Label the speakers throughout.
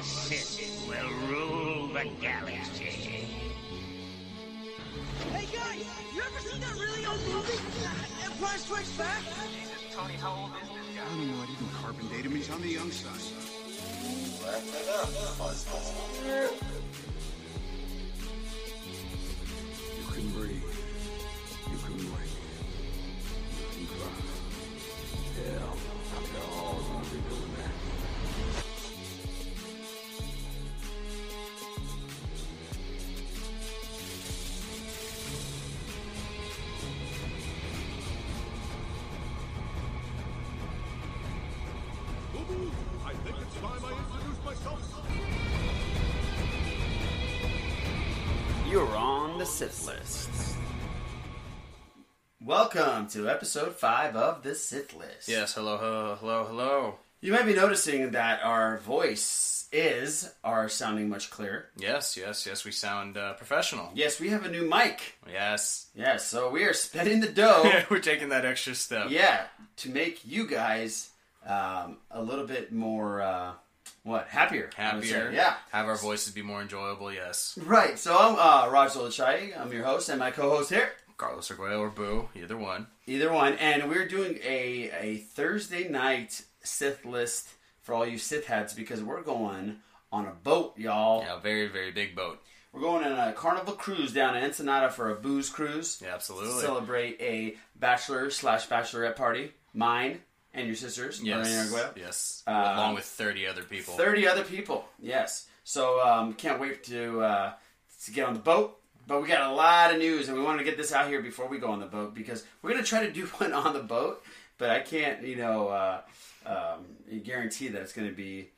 Speaker 1: fist will rule the galaxy.
Speaker 2: Hey guys, you ever seen that really old movie? Uh, Empire Strikes Back?
Speaker 3: Jesus, Tony, how old is this guy?
Speaker 4: I don't know. I didn't carbon date him. He's on the young side. You can breathe. You can breathe. You can cry. Hell, after all I've been doing that.
Speaker 5: Boo-boo! I think it's time I introduce myself.
Speaker 6: You're on the Sith List. Welcome to episode 5 of the Sith List.
Speaker 7: Yes, hello, hello, hello, hello.
Speaker 6: You might be noticing that our voice is are sounding much clearer.
Speaker 7: Yes, yes, yes, we sound uh, professional.
Speaker 6: Yes, we have a new mic.
Speaker 7: Yes.
Speaker 6: Yes, so we are spending the dough.
Speaker 7: We're taking that extra step.
Speaker 6: yeah, to make you guys um, a little bit more uh, what happier. I would say.
Speaker 7: Happier.
Speaker 6: Yeah.
Speaker 7: Have our voices be more enjoyable, yes.
Speaker 6: Right. So I'm uh, Raj Olachai. I'm your host, and my co-host here.
Speaker 7: Carlos Arguello or Boo, either one.
Speaker 6: Either one, and we're doing a a Thursday night Sith list for all you Sith heads because we're going on a boat, y'all.
Speaker 7: Yeah, very, very big boat.
Speaker 6: We're going on a carnival cruise down to Ensenada for a booze cruise.
Speaker 7: Yeah, absolutely.
Speaker 6: To celebrate a bachelor slash bachelorette party. Mine and your sisters. Lorena
Speaker 7: Yes.
Speaker 6: Arguello.
Speaker 7: Yes.
Speaker 6: Uh,
Speaker 7: Along with 30 other people.
Speaker 6: 30 other people, yes. So um, can't wait to, uh, to get on the boat. But we got a lot of news, and we wanted to get this out here before we go on the boat because we're going to try to do one on the boat, but I can't, you know, uh, um, guarantee that it's going to be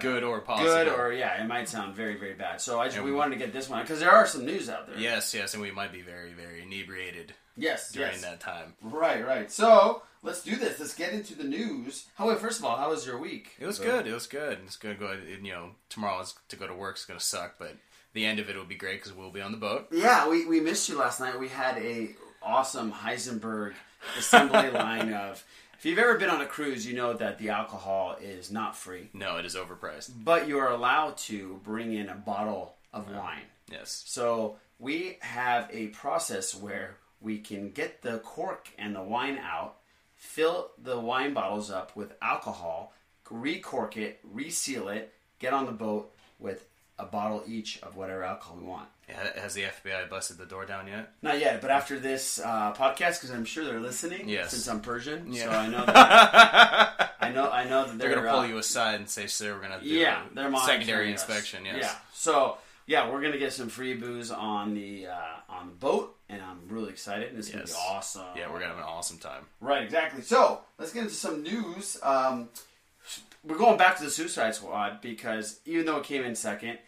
Speaker 7: Good or possible.
Speaker 6: good or, yeah, it might sound very, very bad. So I just, we wanted to get this one because there are some news out there.
Speaker 7: Yes, yes, and we might be very, very inebriated
Speaker 6: Yes,
Speaker 7: during
Speaker 6: yes.
Speaker 7: that time.
Speaker 6: Right, right. So let's do this. Let's get into the news. How, wait, first of all, how was your week?
Speaker 7: It was good. It was good. It's gonna go. You know, tomorrow is to go to work is gonna suck, but the end of it will be great because we'll be on the boat.
Speaker 6: Yeah, we, we missed you last night. We had a awesome Heisenberg assembly line of. If you've ever been on a cruise, you know that the alcohol is not free,
Speaker 7: No, it is overpriced.
Speaker 6: but you are allowed to bring in a bottle of wine.
Speaker 7: Yes.
Speaker 6: So we have a process where we can get the cork and the wine out, fill the wine bottles up with alcohol, recork it, reseal it, get on the boat with a bottle each of whatever alcohol we want.
Speaker 7: Ha- Has the FBI busted the door down yet?
Speaker 6: Not yet, but after this uh, podcast, because I'm sure they're listening.
Speaker 7: Yes.
Speaker 6: Since I'm Persian, so
Speaker 7: Yeah.
Speaker 6: I know that. I know. I know that they're,
Speaker 7: They're gonna pull
Speaker 6: uh,
Speaker 7: you aside and say, "Sir, we're gonna do
Speaker 6: Yeah,
Speaker 7: a
Speaker 6: they're monitoring
Speaker 7: secondary
Speaker 6: us.
Speaker 7: inspection." Yes.
Speaker 6: Yeah. So yeah, we're gonna get some free booze on the uh, on the boat, and I'm really excited. And it's gonna be
Speaker 7: Yes.
Speaker 6: awesome.
Speaker 7: Yeah, we're gonna have an awesome time.
Speaker 6: Right. Exactly. So let's get into some news. Um, we're going back to the Suicide Squad because even though it came in second,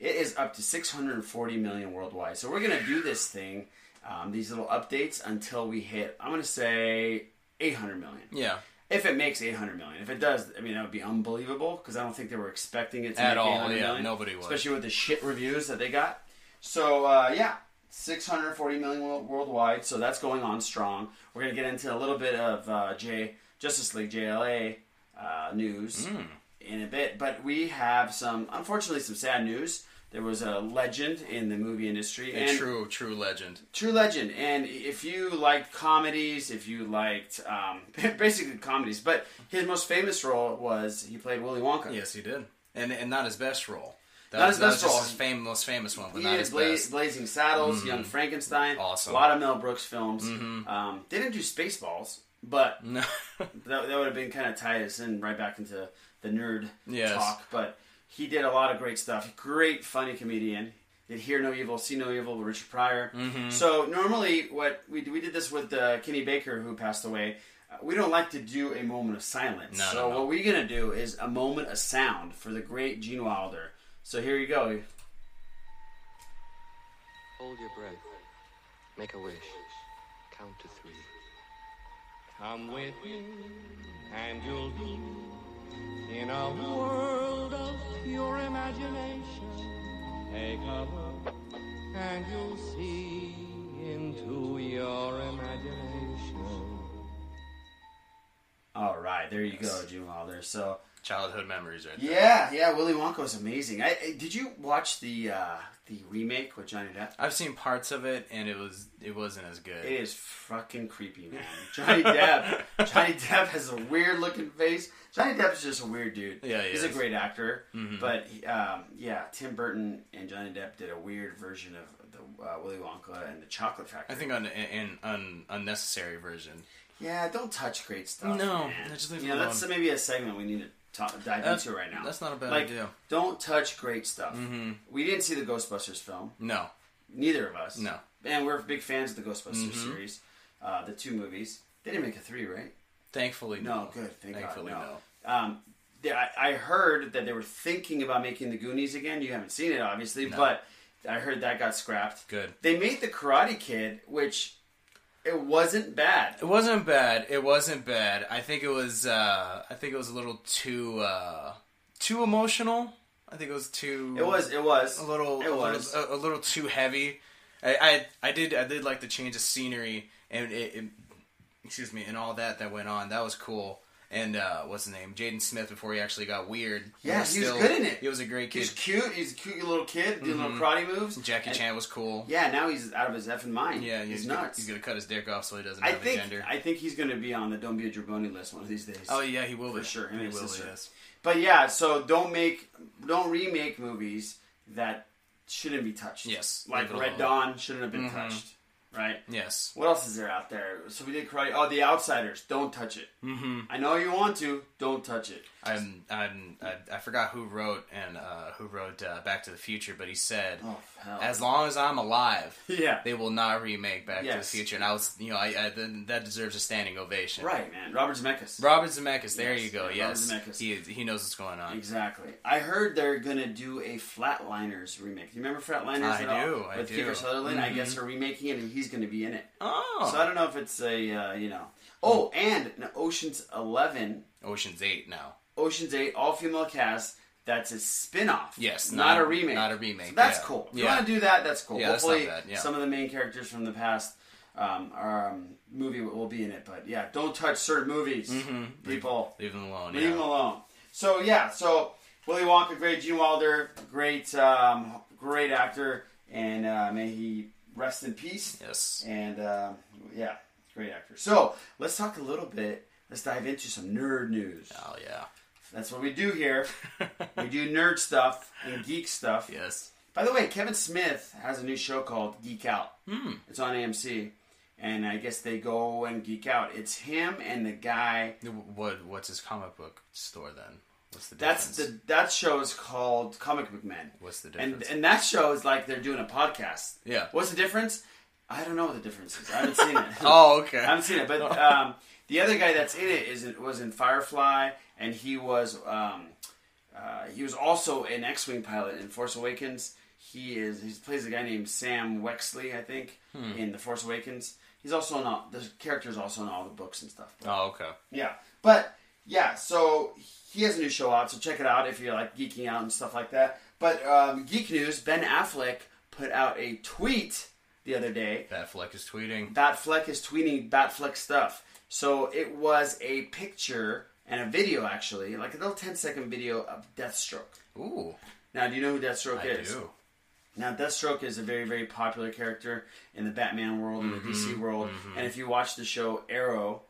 Speaker 6: it is up to 640 million worldwide. So we're gonna do this thing, um, these little updates until we hit. I'm gonna say 800 million.
Speaker 7: Yeah.
Speaker 6: If it makes 800 million, if it does, I mean that would be unbelievable because I don't think they were expecting it to
Speaker 7: At
Speaker 6: make
Speaker 7: all,
Speaker 6: 800
Speaker 7: yeah,
Speaker 6: million,
Speaker 7: nobody was.
Speaker 6: especially with the shit reviews that they got. So uh, yeah, 640 million wo- worldwide. So that's going on strong. We're gonna get into a little bit of uh, J Justice League JLA uh, news
Speaker 7: Hmm.
Speaker 6: in a bit, but we have some unfortunately some sad news. There was a legend in the movie industry,
Speaker 7: A
Speaker 6: and
Speaker 7: true, true legend.
Speaker 6: True Legend, and if you liked comedies, if you liked um, basically comedies, but his most famous role was he played Willy Wonka.
Speaker 7: Yes, he did, and and not his best role. That
Speaker 6: Not
Speaker 7: was,
Speaker 6: his
Speaker 7: that was
Speaker 6: best
Speaker 7: just
Speaker 6: role.
Speaker 7: His fam- most famous one, but
Speaker 6: He
Speaker 7: not
Speaker 6: did
Speaker 7: his
Speaker 6: Bla-
Speaker 7: best. Mm-hmm.
Speaker 6: Blazing Saddles, Young Frankenstein,
Speaker 7: Awesome. Mm-hmm.
Speaker 6: a lot of Mel Brooks films. Um, they didn't do Spaceballs, but
Speaker 7: No.
Speaker 6: that, that would have been kind of tied us in right back into the nerd
Speaker 7: Yes.
Speaker 6: talk. But he did a lot of great stuff. Great, funny comedian. Did Hear No Evil, See No Evil with Richard Pryor.
Speaker 7: Mm-hmm.
Speaker 6: So normally, what we we did this with uh, Kenny Baker, who passed away. Uh, we don't like to do a moment of silence.
Speaker 7: No, no,
Speaker 6: so
Speaker 7: no.
Speaker 6: what we're gonna do is a moment of sound for the great Gene Wilder. So here you go.
Speaker 8: Hold your breath. Make a wish. Count to three.
Speaker 9: Come with me, and you'll be in a world of pure imagination. Take a look, and you'll see into your imagination.
Speaker 6: All right, there you go, Gene Wilder. So
Speaker 7: Childhood memories, right? there.
Speaker 6: Yeah, yeah, Willy Wonka was amazing. I, I- did you watch the uh, the remake with Johnny Depp?
Speaker 7: I've seen parts of it, and it was it wasn't as good.
Speaker 6: It is fucking creepy, man. Johnny Depp. Johnny Depp has a weird looking face. Johnny Depp is just a weird dude.
Speaker 7: Yeah, he
Speaker 6: he's a
Speaker 7: is. Mm-hmm.
Speaker 6: great actor. But he- um, yeah, Tim Burton and Johnny Depp did a weird version of the uh, Willy Wonka and the Chocolate Factory.
Speaker 7: I think an, an, an unnecessary version.
Speaker 6: Yeah, don't touch great stuff.
Speaker 7: No,
Speaker 6: man.
Speaker 7: just leave it
Speaker 6: yeah, that's
Speaker 7: alone.
Speaker 6: maybe a segment we need to talk, dive
Speaker 7: That's-
Speaker 6: into right now.
Speaker 7: that's not a bad
Speaker 6: like,
Speaker 7: idea. Mm-hmm.
Speaker 6: Don't touch great stuff. We didn't see the Ghostbusters film.
Speaker 7: No,
Speaker 6: Neither of us.
Speaker 7: No. Mm-hmm.
Speaker 6: And we're big fans of the Ghostbusters series, uh, the two movies. They didn't make a three, right?
Speaker 7: thankfully no.
Speaker 6: No, good. Thank
Speaker 7: Thankfully,
Speaker 6: God, no. Um, they, I, I heard that they were thinking about making the Goonies again. You haven't seen it, obviously, but I heard that got scrapped.
Speaker 7: Good.
Speaker 6: They made the Karate Kid, which it wasn't bad.
Speaker 7: It wasn't bad. It wasn't bad. I think it was. Uh, I think it was a little too uh, too emotional. I think it was too.
Speaker 6: It was. It was
Speaker 7: a little.
Speaker 6: It was.
Speaker 7: a little, a, a little too heavy. I, I I did I did like the change of scenery and it, it excuse me and all that that went on. That was cool. And uh, what's his name? Jaden Smith before he actually got weird.
Speaker 6: Yeah,
Speaker 7: was
Speaker 6: he was good in it.
Speaker 7: He was a great kid. Mm-hmm.
Speaker 6: He's cute. He's a cute little kid doing little karate moves.
Speaker 7: Jackie
Speaker 6: And-
Speaker 7: Chan was cool.
Speaker 6: Yeah, now he's out of his effing mind.
Speaker 7: Yeah,
Speaker 6: he's,
Speaker 7: gonna,
Speaker 6: nuts.
Speaker 7: He's gonna cut his dick off so he doesn't
Speaker 6: I
Speaker 7: have
Speaker 6: think
Speaker 7: a gender.
Speaker 6: I think he's gonna be on the "Don't Be a Jabroni" list one of these days.
Speaker 7: oh yeah, he will
Speaker 6: for
Speaker 7: be.
Speaker 6: sure. Him
Speaker 7: He
Speaker 6: and his
Speaker 7: will be.
Speaker 6: sister.
Speaker 7: Yes.
Speaker 6: But yeah, so don't make, don't remake movies that shouldn't be touched.
Speaker 7: Yes, Mm-hmm.
Speaker 6: like
Speaker 7: leave it
Speaker 6: Red
Speaker 7: alone.
Speaker 6: Dawn shouldn't have been touched. Right.
Speaker 7: Yes.
Speaker 6: What else is there out there? So we did karate. Oh, The Outsiders. Don't touch it. Mm-hmm. I know you want to. Don't touch it.
Speaker 7: I'm, I'm, I, I forgot who wrote and uh, who wrote uh, Back to the Future, but he said,
Speaker 6: Oh hell.
Speaker 7: "As long as I'm alive,
Speaker 6: yeah.
Speaker 7: they will not remake Back
Speaker 6: Yes.
Speaker 7: to the Future." And I was, you know, I, I then that deserves a standing ovation.
Speaker 6: Right, man. Robert Zemeckis.
Speaker 7: Robert Zemeckis. There
Speaker 6: Yes,
Speaker 7: you go.
Speaker 6: yeah, Robert
Speaker 7: yes,
Speaker 6: Zemeckis.
Speaker 7: he he knows what's going on.
Speaker 6: Exactly. I heard they're gonna do a Flatliners remake. Do you remember Flatliners?
Speaker 7: I
Speaker 6: at
Speaker 7: do,
Speaker 6: All?
Speaker 7: I
Speaker 6: With
Speaker 7: do. Mm-hmm.
Speaker 6: Kiefer Sutherland, I guess they're remaking it, and he's gonna be in it.
Speaker 7: Oh,
Speaker 6: So I don't know if it's a uh, you know. Oh, and an Ocean's Eleven,
Speaker 7: Ocean's Eight now.
Speaker 6: Ocean's Eight, all female cast. That's a spin-off.
Speaker 7: Yes,
Speaker 6: not,
Speaker 7: not-
Speaker 6: a remake.
Speaker 7: not a remake,
Speaker 6: So that's
Speaker 7: yeah.
Speaker 6: cool. If you
Speaker 7: Yeah.
Speaker 6: want to do that? That's cool.
Speaker 7: Yeah, that's not
Speaker 6: Hopefully,
Speaker 7: bad, yeah.
Speaker 6: some of the main characters from the past um, our, um, movie will be in it. But yeah, don't touch certain movies, people.
Speaker 7: Leave them alone.
Speaker 6: Leave
Speaker 7: Mm-hmm. yeah.
Speaker 6: him alone. So yeah, so Willy Wonka, great Gene Wilder, great, um, great actor, and uh, may he rest in peace.
Speaker 7: Yes.
Speaker 6: And um, yeah, great actor. So let's talk a little bit. Let's dive into some nerd news.
Speaker 7: Oh yeah.
Speaker 6: That's what we do here. we do nerd stuff and geek stuff.
Speaker 7: Yes.
Speaker 6: By the way, Kevin Smith has a new show called Geek Out.
Speaker 7: Hmm.
Speaker 6: It's on AMC, and I guess they go and geek out. It's him and the guy
Speaker 7: What what's his comic book store then? What's the
Speaker 6: That's
Speaker 7: difference?
Speaker 6: the that show is called Comic Book Men.
Speaker 7: What's the
Speaker 6: And
Speaker 7: difference?
Speaker 6: and that show is like they're doing a podcast.
Speaker 7: Yeah.
Speaker 6: What's the difference? I don't know what the difference is. I haven't seen it.
Speaker 7: oh okay.
Speaker 6: I haven't seen it. But um, the other guy that's in it is in, was in Firefly, and he was um, uh, he was also an X-wing pilot in Force Awakens. He is he plays a guy named Sam Wexley, I think, in the Force Awakens. He's also in all the character's also in all the books and stuff.
Speaker 7: oh okay.
Speaker 6: Yeah, but yeah, so he has a new show out, so check it out if you're like geeking out and stuff like that. But um, geek news: Ben Affleck put out a tweet the other day.
Speaker 7: Batfleck is tweeting.
Speaker 6: Batfleck is tweeting Batfleck stuff. So it was a picture and a video, actually, like a little 10 second video of Deathstroke.
Speaker 7: Ooh,
Speaker 6: Now, do you know who Deathstroke
Speaker 7: I
Speaker 6: is?
Speaker 7: do.
Speaker 6: Now, Deathstroke is a very, very popular character in the Batman world, in
Speaker 7: Mm-hmm.
Speaker 6: the DC world, and if you watch the show Arrow,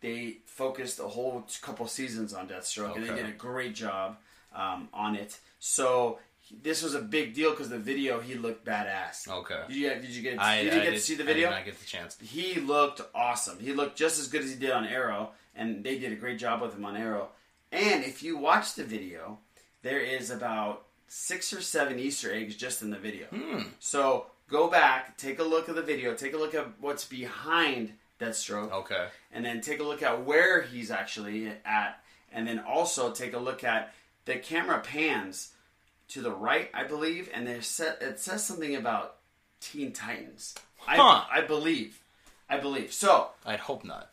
Speaker 6: they focused a whole t- couple seasons on Deathstroke, and they
Speaker 7: Okay.
Speaker 6: did a great job um, on it. So he- this was a big deal because the video he looked badass.
Speaker 7: Okay.
Speaker 6: Did you, did you get
Speaker 7: I,
Speaker 6: did
Speaker 7: I
Speaker 6: you get to see the video?
Speaker 7: I did not get the chance.
Speaker 6: he looked awesome. He looked just as good as he did on Arrow, and they did a great job with him on Arrow. And if you watch the video, there is about six or seven Easter eggs just in the video. So go back, take a look at the video, take a look at what's behind Deathstroke,
Speaker 7: Okay.
Speaker 6: and then take a look at where he's actually at, and then also take a look at the camera pans to the right, I believe, and there's set, it says something about Teen Titans.
Speaker 7: Huh.
Speaker 6: I, I believe, I believe. So
Speaker 7: I'd hope not.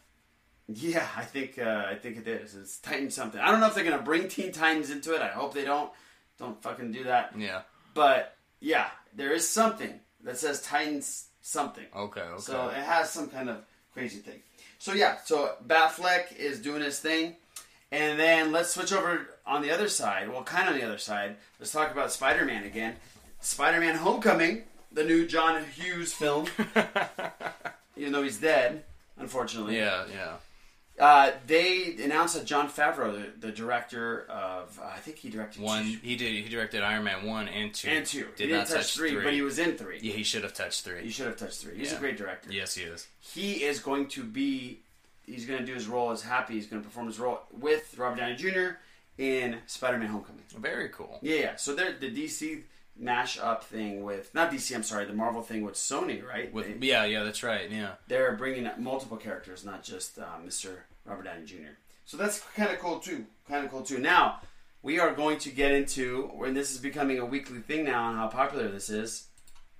Speaker 6: yeah, I think uh, I think it is. It's Titan something. I don't know if they're gonna bring Teen Titans into it. I hope they don't. Don't fucking do that.
Speaker 7: Yeah.
Speaker 6: But yeah, there is something that says Titans something.
Speaker 7: Okay. Okay.
Speaker 6: So it has some kind of crazy thing. So yeah, so Batfleck is doing his thing, And then let's switch over on the other side. Well, kind of on the other side. Let's talk about Spider Man again. Spider Man Homecoming, the new John Hughes film. Even though he's dead, unfortunately.
Speaker 7: Yeah, yeah.
Speaker 6: Uh, they announced that John Favreau, the, the director of, uh, I think he directed
Speaker 7: One
Speaker 6: two
Speaker 7: he did he directed Iron Man one and two.
Speaker 6: and two.
Speaker 7: Did
Speaker 6: he didn't
Speaker 7: not
Speaker 6: touch, three, but he was in three.
Speaker 7: Yeah, he should have touched
Speaker 6: He
Speaker 7: three.
Speaker 6: should have touched three. He's a
Speaker 7: Yeah.
Speaker 6: great director.
Speaker 7: Yes, he is.
Speaker 6: He is going to be, he's going to do his role as Happy. He's going to perform his role with Robert Downey Jr. in Spider Man Homecoming.
Speaker 7: Very cool.
Speaker 6: Yeah, yeah. So they're, the DC mashup thing with, not DC, I'm sorry, the Marvel thing with Sony, right?
Speaker 7: With
Speaker 6: they,
Speaker 7: yeah, yeah, that's right. Yeah.
Speaker 6: they're bringing up multiple characters, not just uh, Mr. Robert Downey Jr. So that's kind of cool, too. Kind of cool, too. Now, we are going to get into, and this is becoming a weekly thing now on how popular this is.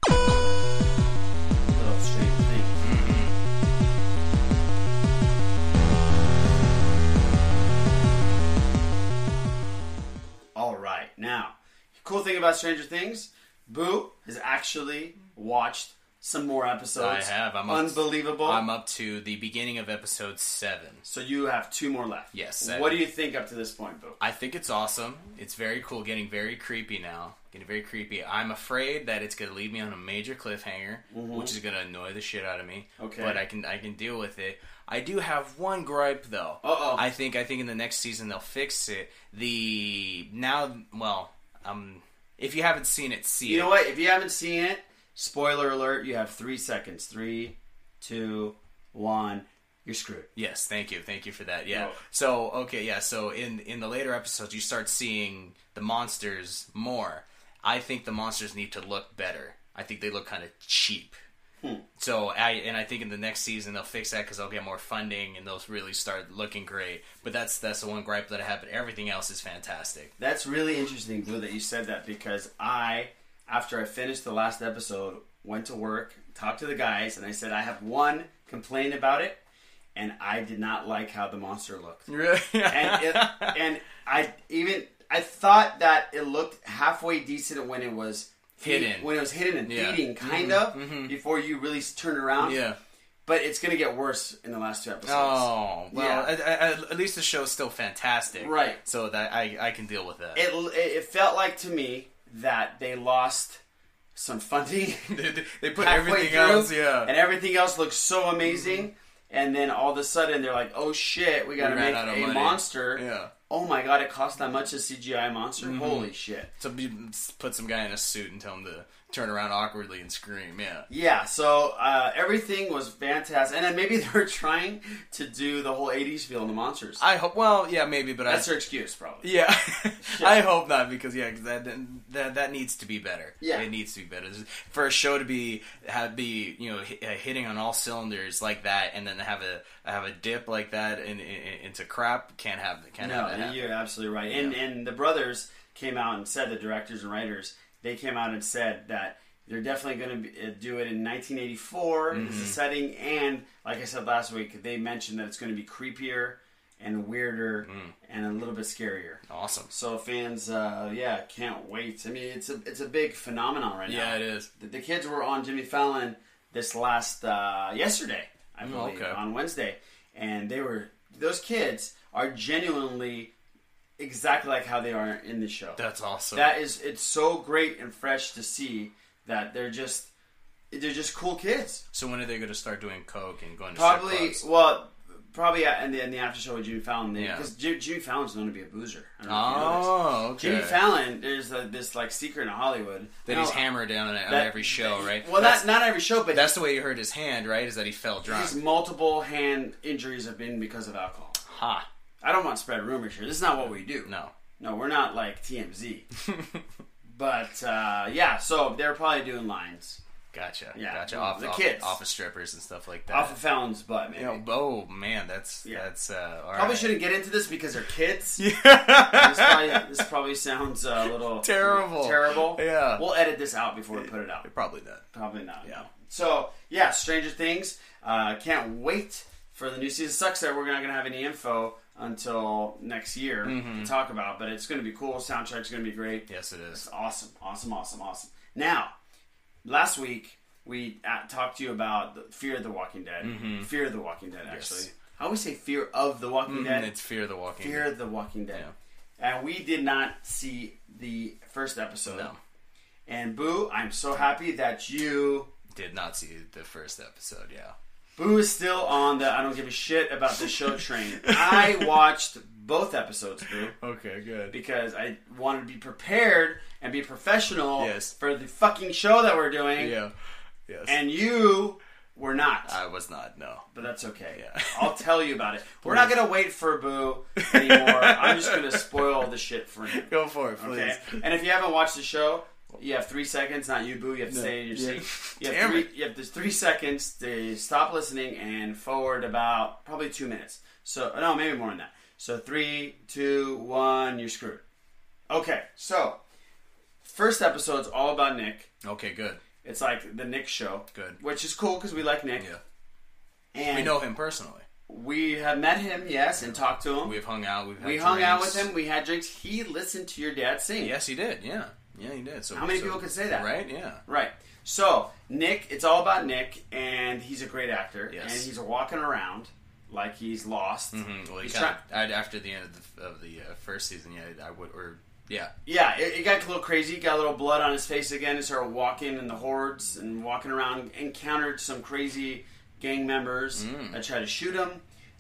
Speaker 6: Little strange thing. All right, now, cool thing about Stranger Things, Boo has actually watched some more episodes.
Speaker 7: I have. I'm up-
Speaker 6: unbelievable.
Speaker 7: I'm up to the beginning of episode seven.
Speaker 6: So you have two more left.
Speaker 7: Yes,
Speaker 6: What
Speaker 7: seven.
Speaker 6: do you think up to this point, Boo?
Speaker 7: I think it's awesome. It's very cool, getting very creepy now. Getting very creepy. I'm afraid that it's gonna leave me on a major cliffhanger, which is gonna annoy the shit out of me.
Speaker 6: Mm-hmm. Okay.
Speaker 7: But I can I can deal with it. I do have one gripe though.
Speaker 6: Uh-oh.
Speaker 7: I think I think in the next season they'll fix it. The now well, um if you haven't seen it, see
Speaker 6: You
Speaker 7: it.
Speaker 6: know what? If you haven't seen it, spoiler alert, you have three seconds. Three, two, one. You're screwed.
Speaker 7: Yes, thank you, thank you for that. Yeah.
Speaker 6: No.
Speaker 7: So okay, yeah. So in in the later episodes, you start seeing the monsters more. I think the monsters need to look better. I think they look kind of cheap.
Speaker 6: Hmm.
Speaker 7: So I and I think in the next season they'll fix that because they'll get more funding and they'll really start looking great. But that's that's the one gripe that I have. But everything else is fantastic.
Speaker 6: That's really interesting, Boo, that you said that because I, after I finished the last episode, went to work, talked to the guys, and I said I have one complaint about it, and I did not like how the monster looked.
Speaker 7: Really?
Speaker 6: and it, and I even I thought that it looked halfway decent when it was
Speaker 7: Hidden.
Speaker 6: when it was hidden and
Speaker 7: Yeah. Mm-hmm.
Speaker 6: feeding kind of before you really s- turn around.
Speaker 7: yeah.
Speaker 6: but it's gonna get worse in the last two episodes.
Speaker 7: Oh well,
Speaker 6: Yeah.
Speaker 7: at, at, at least the show's still fantastic,
Speaker 6: Right.
Speaker 7: So that I I can deal with that.
Speaker 6: It l- it it felt like to me that they lost some funding.
Speaker 7: they, they- they put
Speaker 6: halfway
Speaker 7: everything
Speaker 6: through,
Speaker 7: else, yeah, Mm-hmm.
Speaker 6: and everything else looks so amazing. And then all of a sudden they're like, "Oh shit, we gotta
Speaker 7: ran
Speaker 6: make
Speaker 7: out of
Speaker 6: a
Speaker 7: money.
Speaker 6: monster."
Speaker 7: Yeah. Mm-hmm.
Speaker 6: Oh my god, it cost that much a CGI monster. Holy shit.
Speaker 7: So be- put some guy in a suit and tell him to turn around awkwardly and scream. Yeah.
Speaker 6: Yeah, so uh, everything was fantastic, and then maybe they were trying to do the whole '80s feel in the monsters.
Speaker 7: I hope. Well, yeah, maybe, but
Speaker 6: That's
Speaker 7: I.
Speaker 6: their excuse, probably.
Speaker 7: Yeah, I hope not because yeah, 'cause that, that that needs to be better.
Speaker 6: Yeah.
Speaker 7: it needs to be better for a show to be have be you know hi- uh, hitting on all cylinders like that, and then have a have a dip like that in, in, into crap. Can't have can't
Speaker 6: No,
Speaker 7: have that. happen.
Speaker 6: you're absolutely right. And and the brothers came out and said the directors and writers they came out and said that they're definitely going to do it in 1984 is
Speaker 7: Mm-hmm.
Speaker 6: the setting, and like I said last week, they mentioned that it's going to be creepier and weirder
Speaker 7: Mm.
Speaker 6: and a little bit scarier.
Speaker 7: Awesome.
Speaker 6: So fans, uh, yeah, can't wait. I mean, it's a it's a big phenomenon right now.
Speaker 7: Yeah, it is.
Speaker 6: The, the kids were on Jimmy Fallon this last uh, yesterday, I believe,
Speaker 7: Oh, okay.
Speaker 6: on Wednesday, and they were those kids are genuinely exactly like how they are in the show.
Speaker 7: That's awesome.
Speaker 6: That is, it's so great and fresh to see that they're just they're just cool kids.
Speaker 7: so when are they going to start doing coke and going to strip
Speaker 6: Probably,
Speaker 7: clubs?
Speaker 6: well, probably at- in the, in the after show with Jimmy Fallon,
Speaker 7: Yeah.
Speaker 6: because Jimmy, Fallon's known to be a boozer. I don't know if you know this.
Speaker 7: Oh, okay.
Speaker 6: Jimmy Fallon, there's a, this like secret in Hollywood
Speaker 7: that
Speaker 6: Now,
Speaker 7: he's hammered down on, on
Speaker 6: that-
Speaker 7: every show, right?
Speaker 6: Well,
Speaker 7: that's
Speaker 6: not not every show, but
Speaker 7: That's the way you hurt his hand, right? Is that he fell drunk?
Speaker 6: his multiple hand injuries have been because of alcohol.
Speaker 7: Ha!
Speaker 6: I don't want to spread rumors here. This is not what we do.
Speaker 7: No.
Speaker 6: no, we're not like TMZ. but uh, yeah, so they're probably doing lines
Speaker 7: Gotcha.
Speaker 6: Yeah,
Speaker 7: Gotcha.
Speaker 6: the-
Speaker 7: Off
Speaker 6: the
Speaker 7: off,
Speaker 6: kids.
Speaker 7: off of strippers and stuff like that.
Speaker 6: off of Fallon's butt, maybe.
Speaker 7: You know, oh man, that's
Speaker 6: Yeah.
Speaker 7: that's uh, all
Speaker 6: Probably
Speaker 7: right.
Speaker 6: shouldn't get into this because they're kids. this, probably, this probably sounds uh, a little
Speaker 7: Terrible.
Speaker 6: Terrible.
Speaker 7: Yeah.
Speaker 6: We'll edit this out before we put it out.
Speaker 7: Probably not.
Speaker 6: Probably not.
Speaker 7: Yeah.
Speaker 6: So yeah, Stranger Things. Uh, can't wait for the new season. Sucks that we're not gonna have any info until next year to talk about, but it's gonna be cool. Soundtrack's gonna be great.
Speaker 7: Mm-hmm. Yes, it is.
Speaker 6: It's awesome, awesome, awesome, awesome. Now, last
Speaker 7: Mm-hmm.
Speaker 6: week we uh, talked to you about the Fear of the Walking Dead. Fear of the Walking Dead, actually. I always say Fear of the Walking
Speaker 7: Mm,
Speaker 6: Dead.
Speaker 7: it's Fear of the Walking
Speaker 6: Fear
Speaker 7: Dead.
Speaker 6: of the Walking Dead. And we did not see the first episode.
Speaker 7: No,
Speaker 6: And Boo, I'm so happy that you.
Speaker 7: did not see the first episode. Yeah,
Speaker 6: Boo is still on the I don't give a shit about the show train. I watched both episodes, Boo,
Speaker 7: okay, good.
Speaker 6: because I wanted to be prepared and be professional
Speaker 7: Yes.
Speaker 6: for the fucking show that we're doing.
Speaker 7: Yeah, yes.
Speaker 6: And you were not.
Speaker 7: I was not. No,
Speaker 6: but that's okay.
Speaker 7: Yeah.
Speaker 6: I'll tell you about it. We're not gonna wait for Boo anymore. I'm just gonna spoil the shit for him.
Speaker 7: go for it, please.
Speaker 6: Okay. And if you haven't watched the show, you have three seconds. Not you, Boo. You have to stay in your
Speaker 7: Yeah.
Speaker 6: seat. You have
Speaker 7: Damn
Speaker 6: three.
Speaker 7: it.
Speaker 6: You have there's three seconds to stop listening and forward about probably two minutes. So oh, no, maybe more than that. So three, two, one. You're screwed. Okay. So first episode's all about Nick.
Speaker 7: Okay, good,
Speaker 6: It's like the Nick show.
Speaker 7: Good.
Speaker 6: Which is cool because we like Nick.
Speaker 7: Yeah.
Speaker 6: And
Speaker 7: We know him personally.
Speaker 6: we have met him, yes, and talked to him.
Speaker 7: We've hung out. We've had
Speaker 6: we hung out with
Speaker 7: drinks.
Speaker 6: him. We had drinks. He listened to your dad sing.
Speaker 7: Yes, he did. Yeah, yeah, he did. So
Speaker 6: How many
Speaker 7: so-
Speaker 6: people could say that?
Speaker 7: Right? Yeah.
Speaker 6: Right. So Nick, it's all about Nick, and he's a great actor,
Speaker 7: Yes.
Speaker 6: and he's walking around like he's lost.
Speaker 7: Mm, Well, he
Speaker 6: He's
Speaker 7: kind
Speaker 6: try-
Speaker 7: of, I'd, after the end of the, of the uh, first season, yeah, I would or yeah,
Speaker 6: yeah, it, it got a little crazy. Got a little blood on his face again, and started walking in the hordes and walking around. Encountered some crazy gang members
Speaker 7: Mm.
Speaker 6: that tried to shoot him.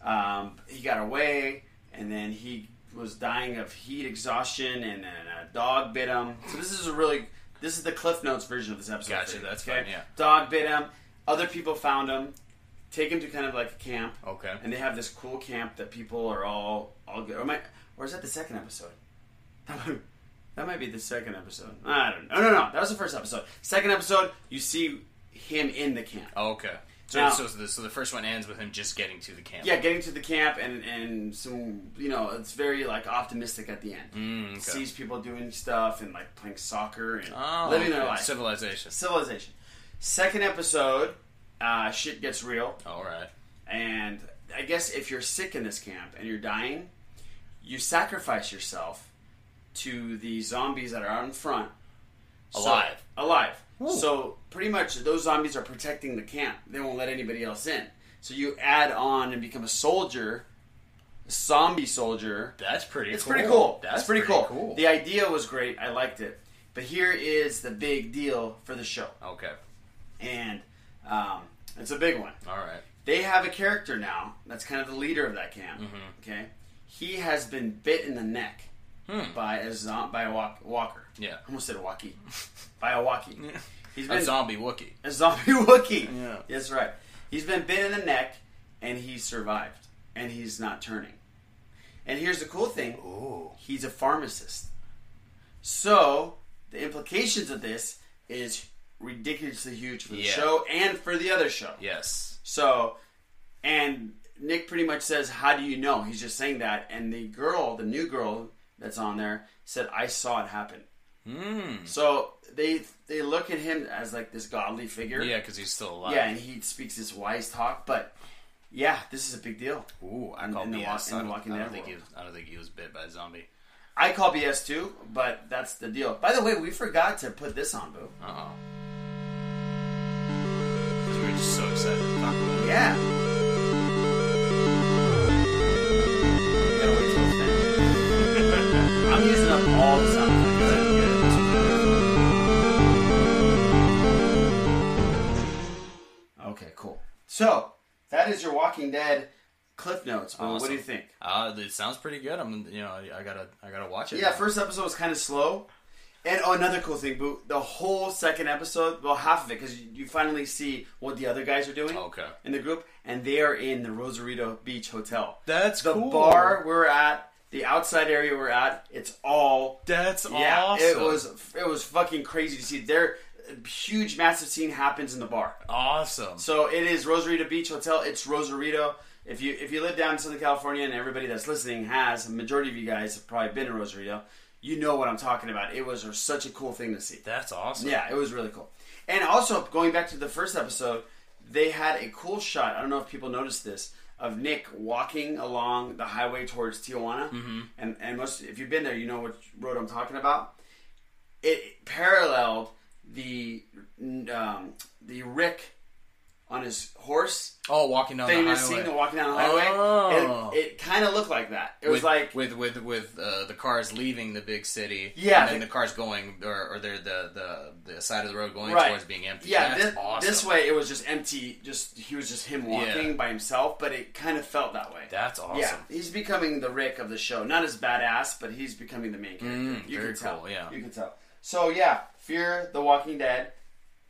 Speaker 6: Um, he got away, and then he was dying of heat exhaustion, and then a dog bit him. So this is a really this is the Cliff Notes version of this episode.
Speaker 7: Gotcha,
Speaker 6: for you,
Speaker 7: that's fine, yeah.
Speaker 6: dog bit him. Other people found him, take him to kind of like a camp.
Speaker 7: Okay.
Speaker 6: and they have this cool camp that people are all all good. Or, am I- or is that the second episode? That might, that might be the second episode. I don't know. Oh, No, no, no. That was the first episode. Second episode, you see him in the camp.
Speaker 7: Oh, okay. So,
Speaker 6: Now-
Speaker 7: so, the, so the first one ends with him just getting to the camp.
Speaker 6: Yeah, getting to the camp and and some you know it's very like optimistic at the end.
Speaker 7: Mm, okay.
Speaker 6: Sees people doing stuff and like playing soccer and
Speaker 7: Oh,
Speaker 6: living their
Speaker 7: okay.
Speaker 6: life.
Speaker 7: Civilization.
Speaker 6: Civilization. Second episode, uh, shit gets real.
Speaker 7: All right.
Speaker 6: And I guess if you're sick in this camp and you're dying, you sacrifice yourself to the zombies that are out in front. So-
Speaker 7: Alive.
Speaker 6: alive. So pretty much those zombies are protecting the camp. They won't let anybody else in. So you add on and become a soldier, a zombie soldier.
Speaker 7: That's pretty.
Speaker 6: It's
Speaker 7: cool.
Speaker 6: pretty cool.
Speaker 7: That's
Speaker 6: it's pretty, cool. The idea was great. I liked it. But here is the big deal for the show.
Speaker 7: okay.
Speaker 6: And um, it's a big one
Speaker 7: All right.
Speaker 6: they have a character now that's kind of the leader of that camp.
Speaker 7: Mm-hmm.
Speaker 6: Okay, he has been bit in the neck by a zo- by a walk- walker.
Speaker 7: Hmm. Yeah.
Speaker 6: I almost said walkie. by a walkie. He's been
Speaker 7: A zombie Wookie.
Speaker 6: a zombie Wookie.
Speaker 7: Yeah.
Speaker 6: That's right. He's been bit in the neck and he's survived and he's not turning. And here's the cool thing he's a pharmacist. So the implications of this is ridiculously huge for the
Speaker 7: Yeah.
Speaker 6: show and for the other show.
Speaker 7: Yes.
Speaker 6: So, and Nick pretty much says, "How do you know?" He's just saying that. And the girl, the new girl that's on there, said, "I saw it happen." Mm. So they they look at him as like this godly figure.
Speaker 7: Yeah, because he's still alive.
Speaker 6: yeah, and he speaks this wise talk, but. Yeah, this is a big deal.
Speaker 7: Ooh, I
Speaker 6: In-
Speaker 7: call
Speaker 6: in the
Speaker 7: BS.
Speaker 6: wa-
Speaker 7: I
Speaker 6: in the
Speaker 7: don't-
Speaker 6: Walking
Speaker 7: I don't
Speaker 6: Dead
Speaker 7: think he
Speaker 6: world.
Speaker 7: was- I don't think he was bit by a zombie.
Speaker 6: I call BS too, but that's the deal. By the way, we forgot to put this on, Boo.
Speaker 7: Uh oh. We were just so excited to talk about it.
Speaker 6: Yeah. Gotta wait till it's finished. I'm using up all the sound. effects. Okay, cool. So that is your Walking Dead cliff notes. But What do you
Speaker 7: Awesome.
Speaker 6: think?
Speaker 7: Uh, it sounds pretty good. I'm, you know, I, I gotta, I gotta watch it.
Speaker 6: Yeah,
Speaker 7: now.
Speaker 6: first episode was kind of slow. And oh, another cool thing, Boo, the whole second episode, well, half of it, because you, you finally see what the other guys are doing
Speaker 7: Okay.
Speaker 6: in the group, and they are in the Rosarito Beach Hotel.
Speaker 7: That's
Speaker 6: the
Speaker 7: cool.
Speaker 6: bar we're at, the outside area we're at, it's all
Speaker 7: That's
Speaker 6: yeah.
Speaker 7: awesome.
Speaker 6: It was it was fucking crazy to see. There, a huge, massive scene happens in the bar.
Speaker 7: awesome.
Speaker 6: So it is Rosarito Beach Hotel. It's Rosarito. If you if you live down in Southern California, and everybody that's listening has, a majority of you guys have probably been to Rosarito. You know what I'm talking about. It was such a cool thing to see.
Speaker 7: That's awesome.
Speaker 6: Yeah, it was really cool. And also going back to the first episode, they had a cool shot. I don't know if people noticed this of Nick walking along the highway towards Tijuana,
Speaker 7: Mm-hmm.
Speaker 6: and and most if you've been there, you know what road I'm talking about. It paralleled the um, the Rick on his horse
Speaker 7: Oh, walking down
Speaker 6: thing
Speaker 7: the
Speaker 6: you're
Speaker 7: highway.
Speaker 6: seeing the walking down the highway.
Speaker 7: Oh.
Speaker 6: It, it kind of looked like that. It
Speaker 7: with,
Speaker 6: was like
Speaker 7: with with with uh, the cars leaving the big city.
Speaker 6: Yeah,
Speaker 7: and then
Speaker 6: the-
Speaker 7: the cars going or, or they're the, the the side of the road going
Speaker 6: Right.
Speaker 7: towards being empty.
Speaker 6: yeah,
Speaker 7: That's
Speaker 6: this,
Speaker 7: awesome.
Speaker 6: this way it was just empty. Just he was just him walking
Speaker 7: Yeah.
Speaker 6: by himself, but it kind of felt that way.
Speaker 7: That's awesome.
Speaker 6: Yeah, he's becoming the Rick of the show. Not as badass, but he's becoming the main character.
Speaker 7: Mm,
Speaker 6: you
Speaker 7: very
Speaker 6: can tell.
Speaker 7: cool, yeah.
Speaker 6: you can tell. So yeah, Fear the Walking Dead,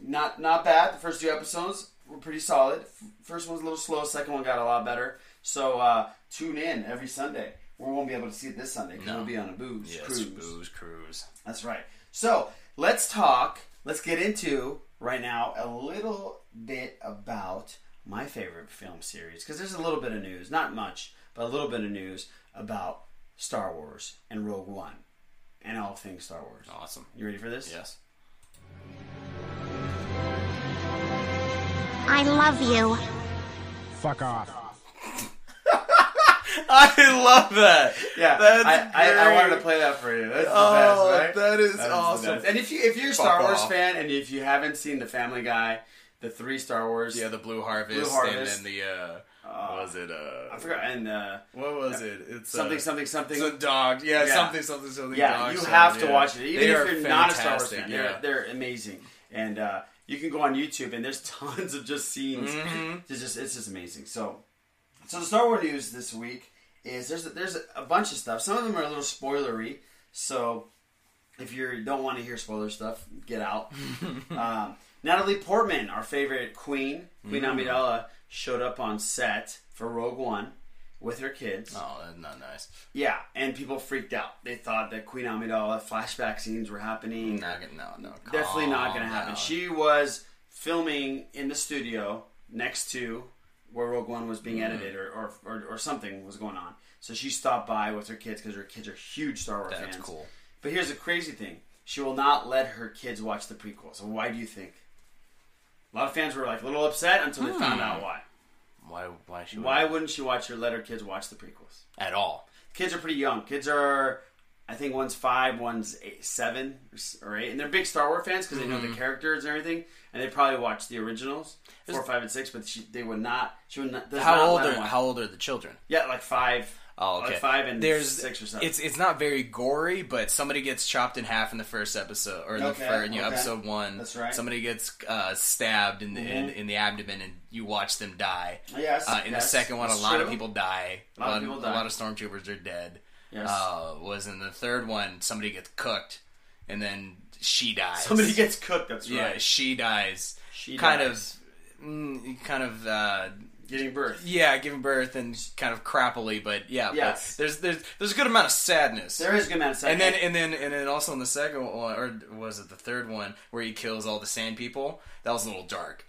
Speaker 6: not not bad. The first two episodes were pretty solid. F- First one was a little slow. Second one got a lot better. So uh, tune in every Sunday. We won't be able to see it this Sunday because
Speaker 7: No.
Speaker 6: we'll be on a booze
Speaker 7: Yes,
Speaker 6: cruise.
Speaker 7: booze cruise.
Speaker 6: That's right. So let's talk. Let's get into right now a little bit about my favorite film series because there's a little bit of news, not much, but a little bit of news about Star Wars and Rogue One and all things Star Wars.
Speaker 7: Awesome.
Speaker 6: You ready for this?
Speaker 7: Yes.
Speaker 10: I love you.
Speaker 7: I love that.
Speaker 6: Yeah,
Speaker 7: That's
Speaker 6: I, I, I
Speaker 7: great.
Speaker 6: wanted to play that for you. That's the
Speaker 7: Oh,
Speaker 6: best, right?
Speaker 7: that is
Speaker 6: the
Speaker 7: awesome.
Speaker 6: best. And if you if you're a Star Wars
Speaker 7: off.
Speaker 6: fan and if you haven't seen the Family Guy, the three Star Wars,
Speaker 7: Yeah, the Blue Harvest,
Speaker 6: Blue Harvest.
Speaker 7: and then the uh, was it uh,
Speaker 6: I forgot, and uh,
Speaker 7: what was it? It's
Speaker 6: something
Speaker 7: uh,
Speaker 6: something something.
Speaker 7: It's a dog. Yeah,
Speaker 6: Yeah.
Speaker 7: something, something, something.
Speaker 6: Yeah,
Speaker 7: dog
Speaker 6: you
Speaker 7: show,
Speaker 6: have to
Speaker 7: yeah.
Speaker 6: watch it. Even
Speaker 7: They
Speaker 6: if
Speaker 7: are
Speaker 6: you're not a Star Wars
Speaker 7: fantastic,
Speaker 6: fan,
Speaker 7: yeah.
Speaker 6: they're, they're amazing. And uh, you can go on YouTube and there's tons of just scenes.
Speaker 7: Mm-hmm.
Speaker 6: It's just it's just amazing. So, so the Star Wars news this week is there's a, there's a bunch of stuff. Some of them are a little spoilery. So, if you don't want to hear spoiler stuff, get out. um, Natalie Portman, our favorite Queen, Queen
Speaker 7: Mm.
Speaker 6: Amidala, showed up on set for Rogue One with her kids.
Speaker 7: Oh, that's not nice.
Speaker 6: Yeah, and people freaked out. They thought that Queen Amidala flashback scenes were happening.
Speaker 7: Not gonna, no, Oh, no.
Speaker 6: Definitely not
Speaker 7: calm
Speaker 6: going to happen.
Speaker 7: down.
Speaker 6: She was filming in the studio next to where Rogue One was
Speaker 7: Mm.
Speaker 6: being edited or, or, or, or something was going on. So she stopped by with her kids because her kids are huge Star Wars fans.
Speaker 7: That's cool.
Speaker 6: But here's the crazy thing she will not let her kids watch the prequels. So why do you think? A lot of fans were like a little upset until they
Speaker 7: Hmm.
Speaker 6: found out why.
Speaker 7: Why? Why she?
Speaker 6: Why
Speaker 7: would
Speaker 6: wouldn't she watch her let her kids watch the prequels?
Speaker 7: at all?
Speaker 6: kids are pretty young. Kids are, I think one's five, one's eight, seven or s- or eight, and they're big Star Wars fans because they know
Speaker 7: Mm-hmm.
Speaker 6: the characters and everything, and they probably watch the originals four, five, and six. But she, they would not. She would not. does
Speaker 7: How
Speaker 6: not
Speaker 7: old
Speaker 6: let
Speaker 7: are
Speaker 6: one-
Speaker 7: How old are the children?
Speaker 6: Yeah, like five.
Speaker 7: Oh, okay.
Speaker 6: Like Uh, five and
Speaker 7: There's,
Speaker 6: six or seven.
Speaker 7: It's it's not very gory, but somebody gets chopped in half in the first episode or the
Speaker 6: Okay,
Speaker 7: first, you know,
Speaker 6: okay.
Speaker 7: episode one.
Speaker 6: That's right.
Speaker 7: Somebody gets uh, stabbed in the in,
Speaker 6: Mhm.
Speaker 7: in the abdomen, and you watch them die.
Speaker 6: yes.
Speaker 7: Uh, in the
Speaker 6: yes,
Speaker 7: second one, a
Speaker 6: that's
Speaker 7: lot of
Speaker 6: true.
Speaker 7: people die.
Speaker 6: A lot of people die.
Speaker 7: A lot of stormtroopers are dead.
Speaker 6: Yes.
Speaker 7: Uh, was in the third one, somebody gets cooked, and then she dies.
Speaker 6: Somebody gets cooked. That's
Speaker 7: yeah,
Speaker 6: right.
Speaker 7: she dies.
Speaker 6: She
Speaker 7: kind
Speaker 6: dies.
Speaker 7: of, mm, kind of, uh,
Speaker 6: Getting birth.
Speaker 7: yeah, giving birth and kind of crappily, but yeah,
Speaker 6: Yes.
Speaker 7: but there's there's there's a good amount of sadness.
Speaker 6: There is a good amount of
Speaker 7: and then and then and then also in the second one, or was it the third one where he kills all the sand people? That was a little dark.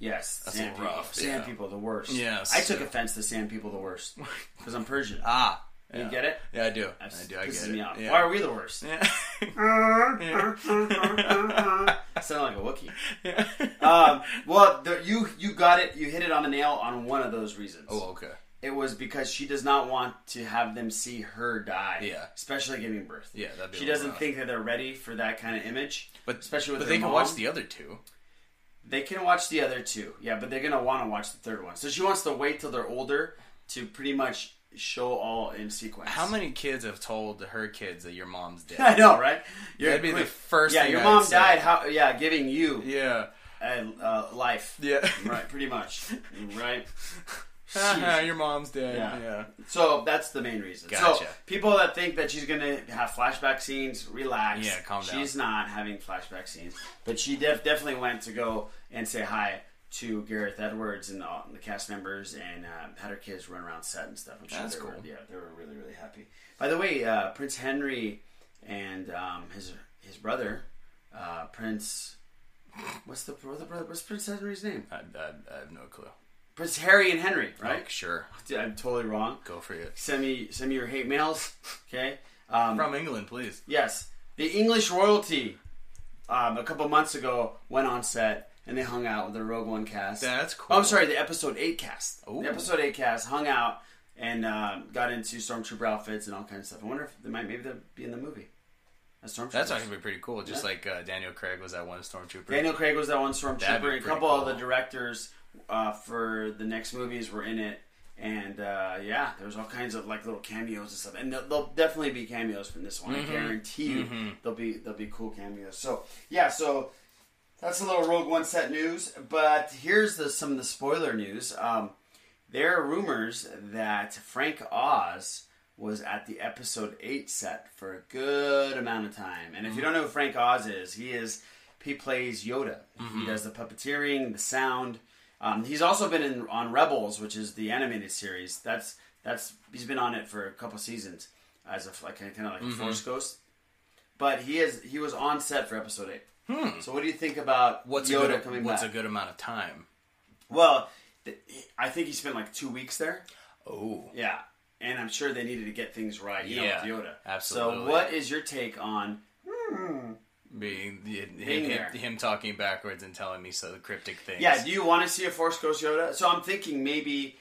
Speaker 6: yes,
Speaker 7: That's
Speaker 6: sand people.
Speaker 7: rough,
Speaker 6: Sand
Speaker 7: yeah.
Speaker 6: people the worst.
Speaker 7: Yes,
Speaker 6: I took
Speaker 7: yeah.
Speaker 6: offense to sand people the worst because I'm Persian.
Speaker 7: Ah,
Speaker 6: You
Speaker 7: yeah.
Speaker 6: get it?
Speaker 7: Yeah, I do. I
Speaker 6: That
Speaker 7: do. I
Speaker 6: pisses
Speaker 7: get
Speaker 6: me
Speaker 7: it.
Speaker 6: off.
Speaker 7: Yeah.
Speaker 6: Why are we the worst? Sound like a Wookiee. Um, well, the, you you got it. You hit it on the nail on one of those reasons.
Speaker 7: oh, okay.
Speaker 6: It was because she does not want to have them see her die.
Speaker 7: Yeah.
Speaker 6: Especially giving birth.
Speaker 7: Yeah, that'd be
Speaker 6: She
Speaker 7: a little
Speaker 6: doesn't
Speaker 7: rough.
Speaker 6: think that they're ready for that kind of image.
Speaker 7: But
Speaker 6: especially with
Speaker 7: but
Speaker 6: their
Speaker 7: they can
Speaker 6: mom.
Speaker 7: watch the other two.
Speaker 6: They can watch the other two. Yeah, but they're gonna want to watch the third one. So she wants to wait till they're older to pretty much show all in sequence.
Speaker 7: How many kids have told her kids that your mom's
Speaker 6: I
Speaker 7: dead?
Speaker 6: know, right? You're-
Speaker 7: That'd be the first.
Speaker 6: Yeah,
Speaker 7: thing
Speaker 6: your
Speaker 7: I'd
Speaker 6: mom
Speaker 7: say.
Speaker 6: died. How? Yeah, giving you
Speaker 7: Yeah,
Speaker 6: uh, uh, life.
Speaker 7: yeah.
Speaker 6: Right, pretty much. Right.
Speaker 7: Haha, your mom's dead.
Speaker 6: Yeah.
Speaker 7: Yeah.
Speaker 6: So that's the main reason. So
Speaker 7: Gotcha.
Speaker 6: people that think that she's gonna have flashback scenes, relax.
Speaker 7: Yeah, calm down.
Speaker 6: She's not having flashback scenes, but she def- definitely went to go and say hi to Gareth Edwards and all the cast members, and um, had her kids run around set and stuff. I'm sure
Speaker 7: That's
Speaker 6: they were-
Speaker 7: cool.
Speaker 6: yeah, they were really really happy. By the way, uh, Prince Henry and um, his his brother, uh, Prince. What's the, what's the brother? What's Prince Henry's name?
Speaker 7: I, I, I have no clue.
Speaker 6: Prince Harry and Henry, right?
Speaker 7: Like, sure,
Speaker 6: Dude, I'm totally wrong.
Speaker 7: go for it.
Speaker 6: Send me send me your hate mails, okay? Um,
Speaker 7: From England, please.
Speaker 6: yes, the English royalty um, a couple months ago went on set and they hung out with the Rogue One cast.
Speaker 7: That's cool.
Speaker 6: Oh, I'm sorry, the episode eight cast.
Speaker 7: Ooh.
Speaker 6: The episode eight cast hung out and um, got into stormtrooper outfits and all kinds of stuff. I wonder if they might maybe they'll be in the movie. As stormtroopers.
Speaker 7: That's actually pretty cool. Just like uh, Daniel Craig was that one stormtrooper.
Speaker 6: Daniel Craig was that one stormtrooper.
Speaker 7: That'd be
Speaker 6: and A
Speaker 7: pretty
Speaker 6: couple of
Speaker 7: cool.
Speaker 6: the directors uh, for the next movies we're in it. And uh, yeah, there's all kinds of like little cameos and stuff, and there'll, there'll definitely be cameos from this one.
Speaker 7: Mm-hmm.
Speaker 6: I guarantee you, there'll be there'll be cool cameos. So yeah, so that's a little Rogue One set news. But here's the, some of the spoiler news. Um, there are rumors that Frank Oz was at the episode 8 set for a good amount of time. And if
Speaker 7: Mm-hmm.
Speaker 6: you don't know who Frank Oz is, he is he plays Yoda.
Speaker 7: Mm-hmm.
Speaker 6: He does the puppeteering, the sound. Um, he's also been in on Rebels, which is the animated series. That's that's he's been on it for a couple seasons as a like kind of like
Speaker 7: Mm-hmm.
Speaker 6: a Force Ghost. But he is he was on set for episode 8. So what do you think about
Speaker 7: Hmm. What's
Speaker 6: Yoda
Speaker 7: a good,
Speaker 6: coming
Speaker 7: What's
Speaker 6: back?
Speaker 7: a good amount of time?
Speaker 6: well, th- I think he spent like 2 weeks there.
Speaker 7: Oh,
Speaker 6: Yeah, and I'm sure they needed to get things right. You
Speaker 7: Yeah,
Speaker 6: know, with Yoda.
Speaker 7: absolutely.
Speaker 6: So, what is your take on?
Speaker 7: being, him,
Speaker 6: Being there.
Speaker 7: him, him talking backwards and telling me so cryptic things.
Speaker 6: Yeah, do you want to see a Force Ghost Yoda? So I'm thinking maybe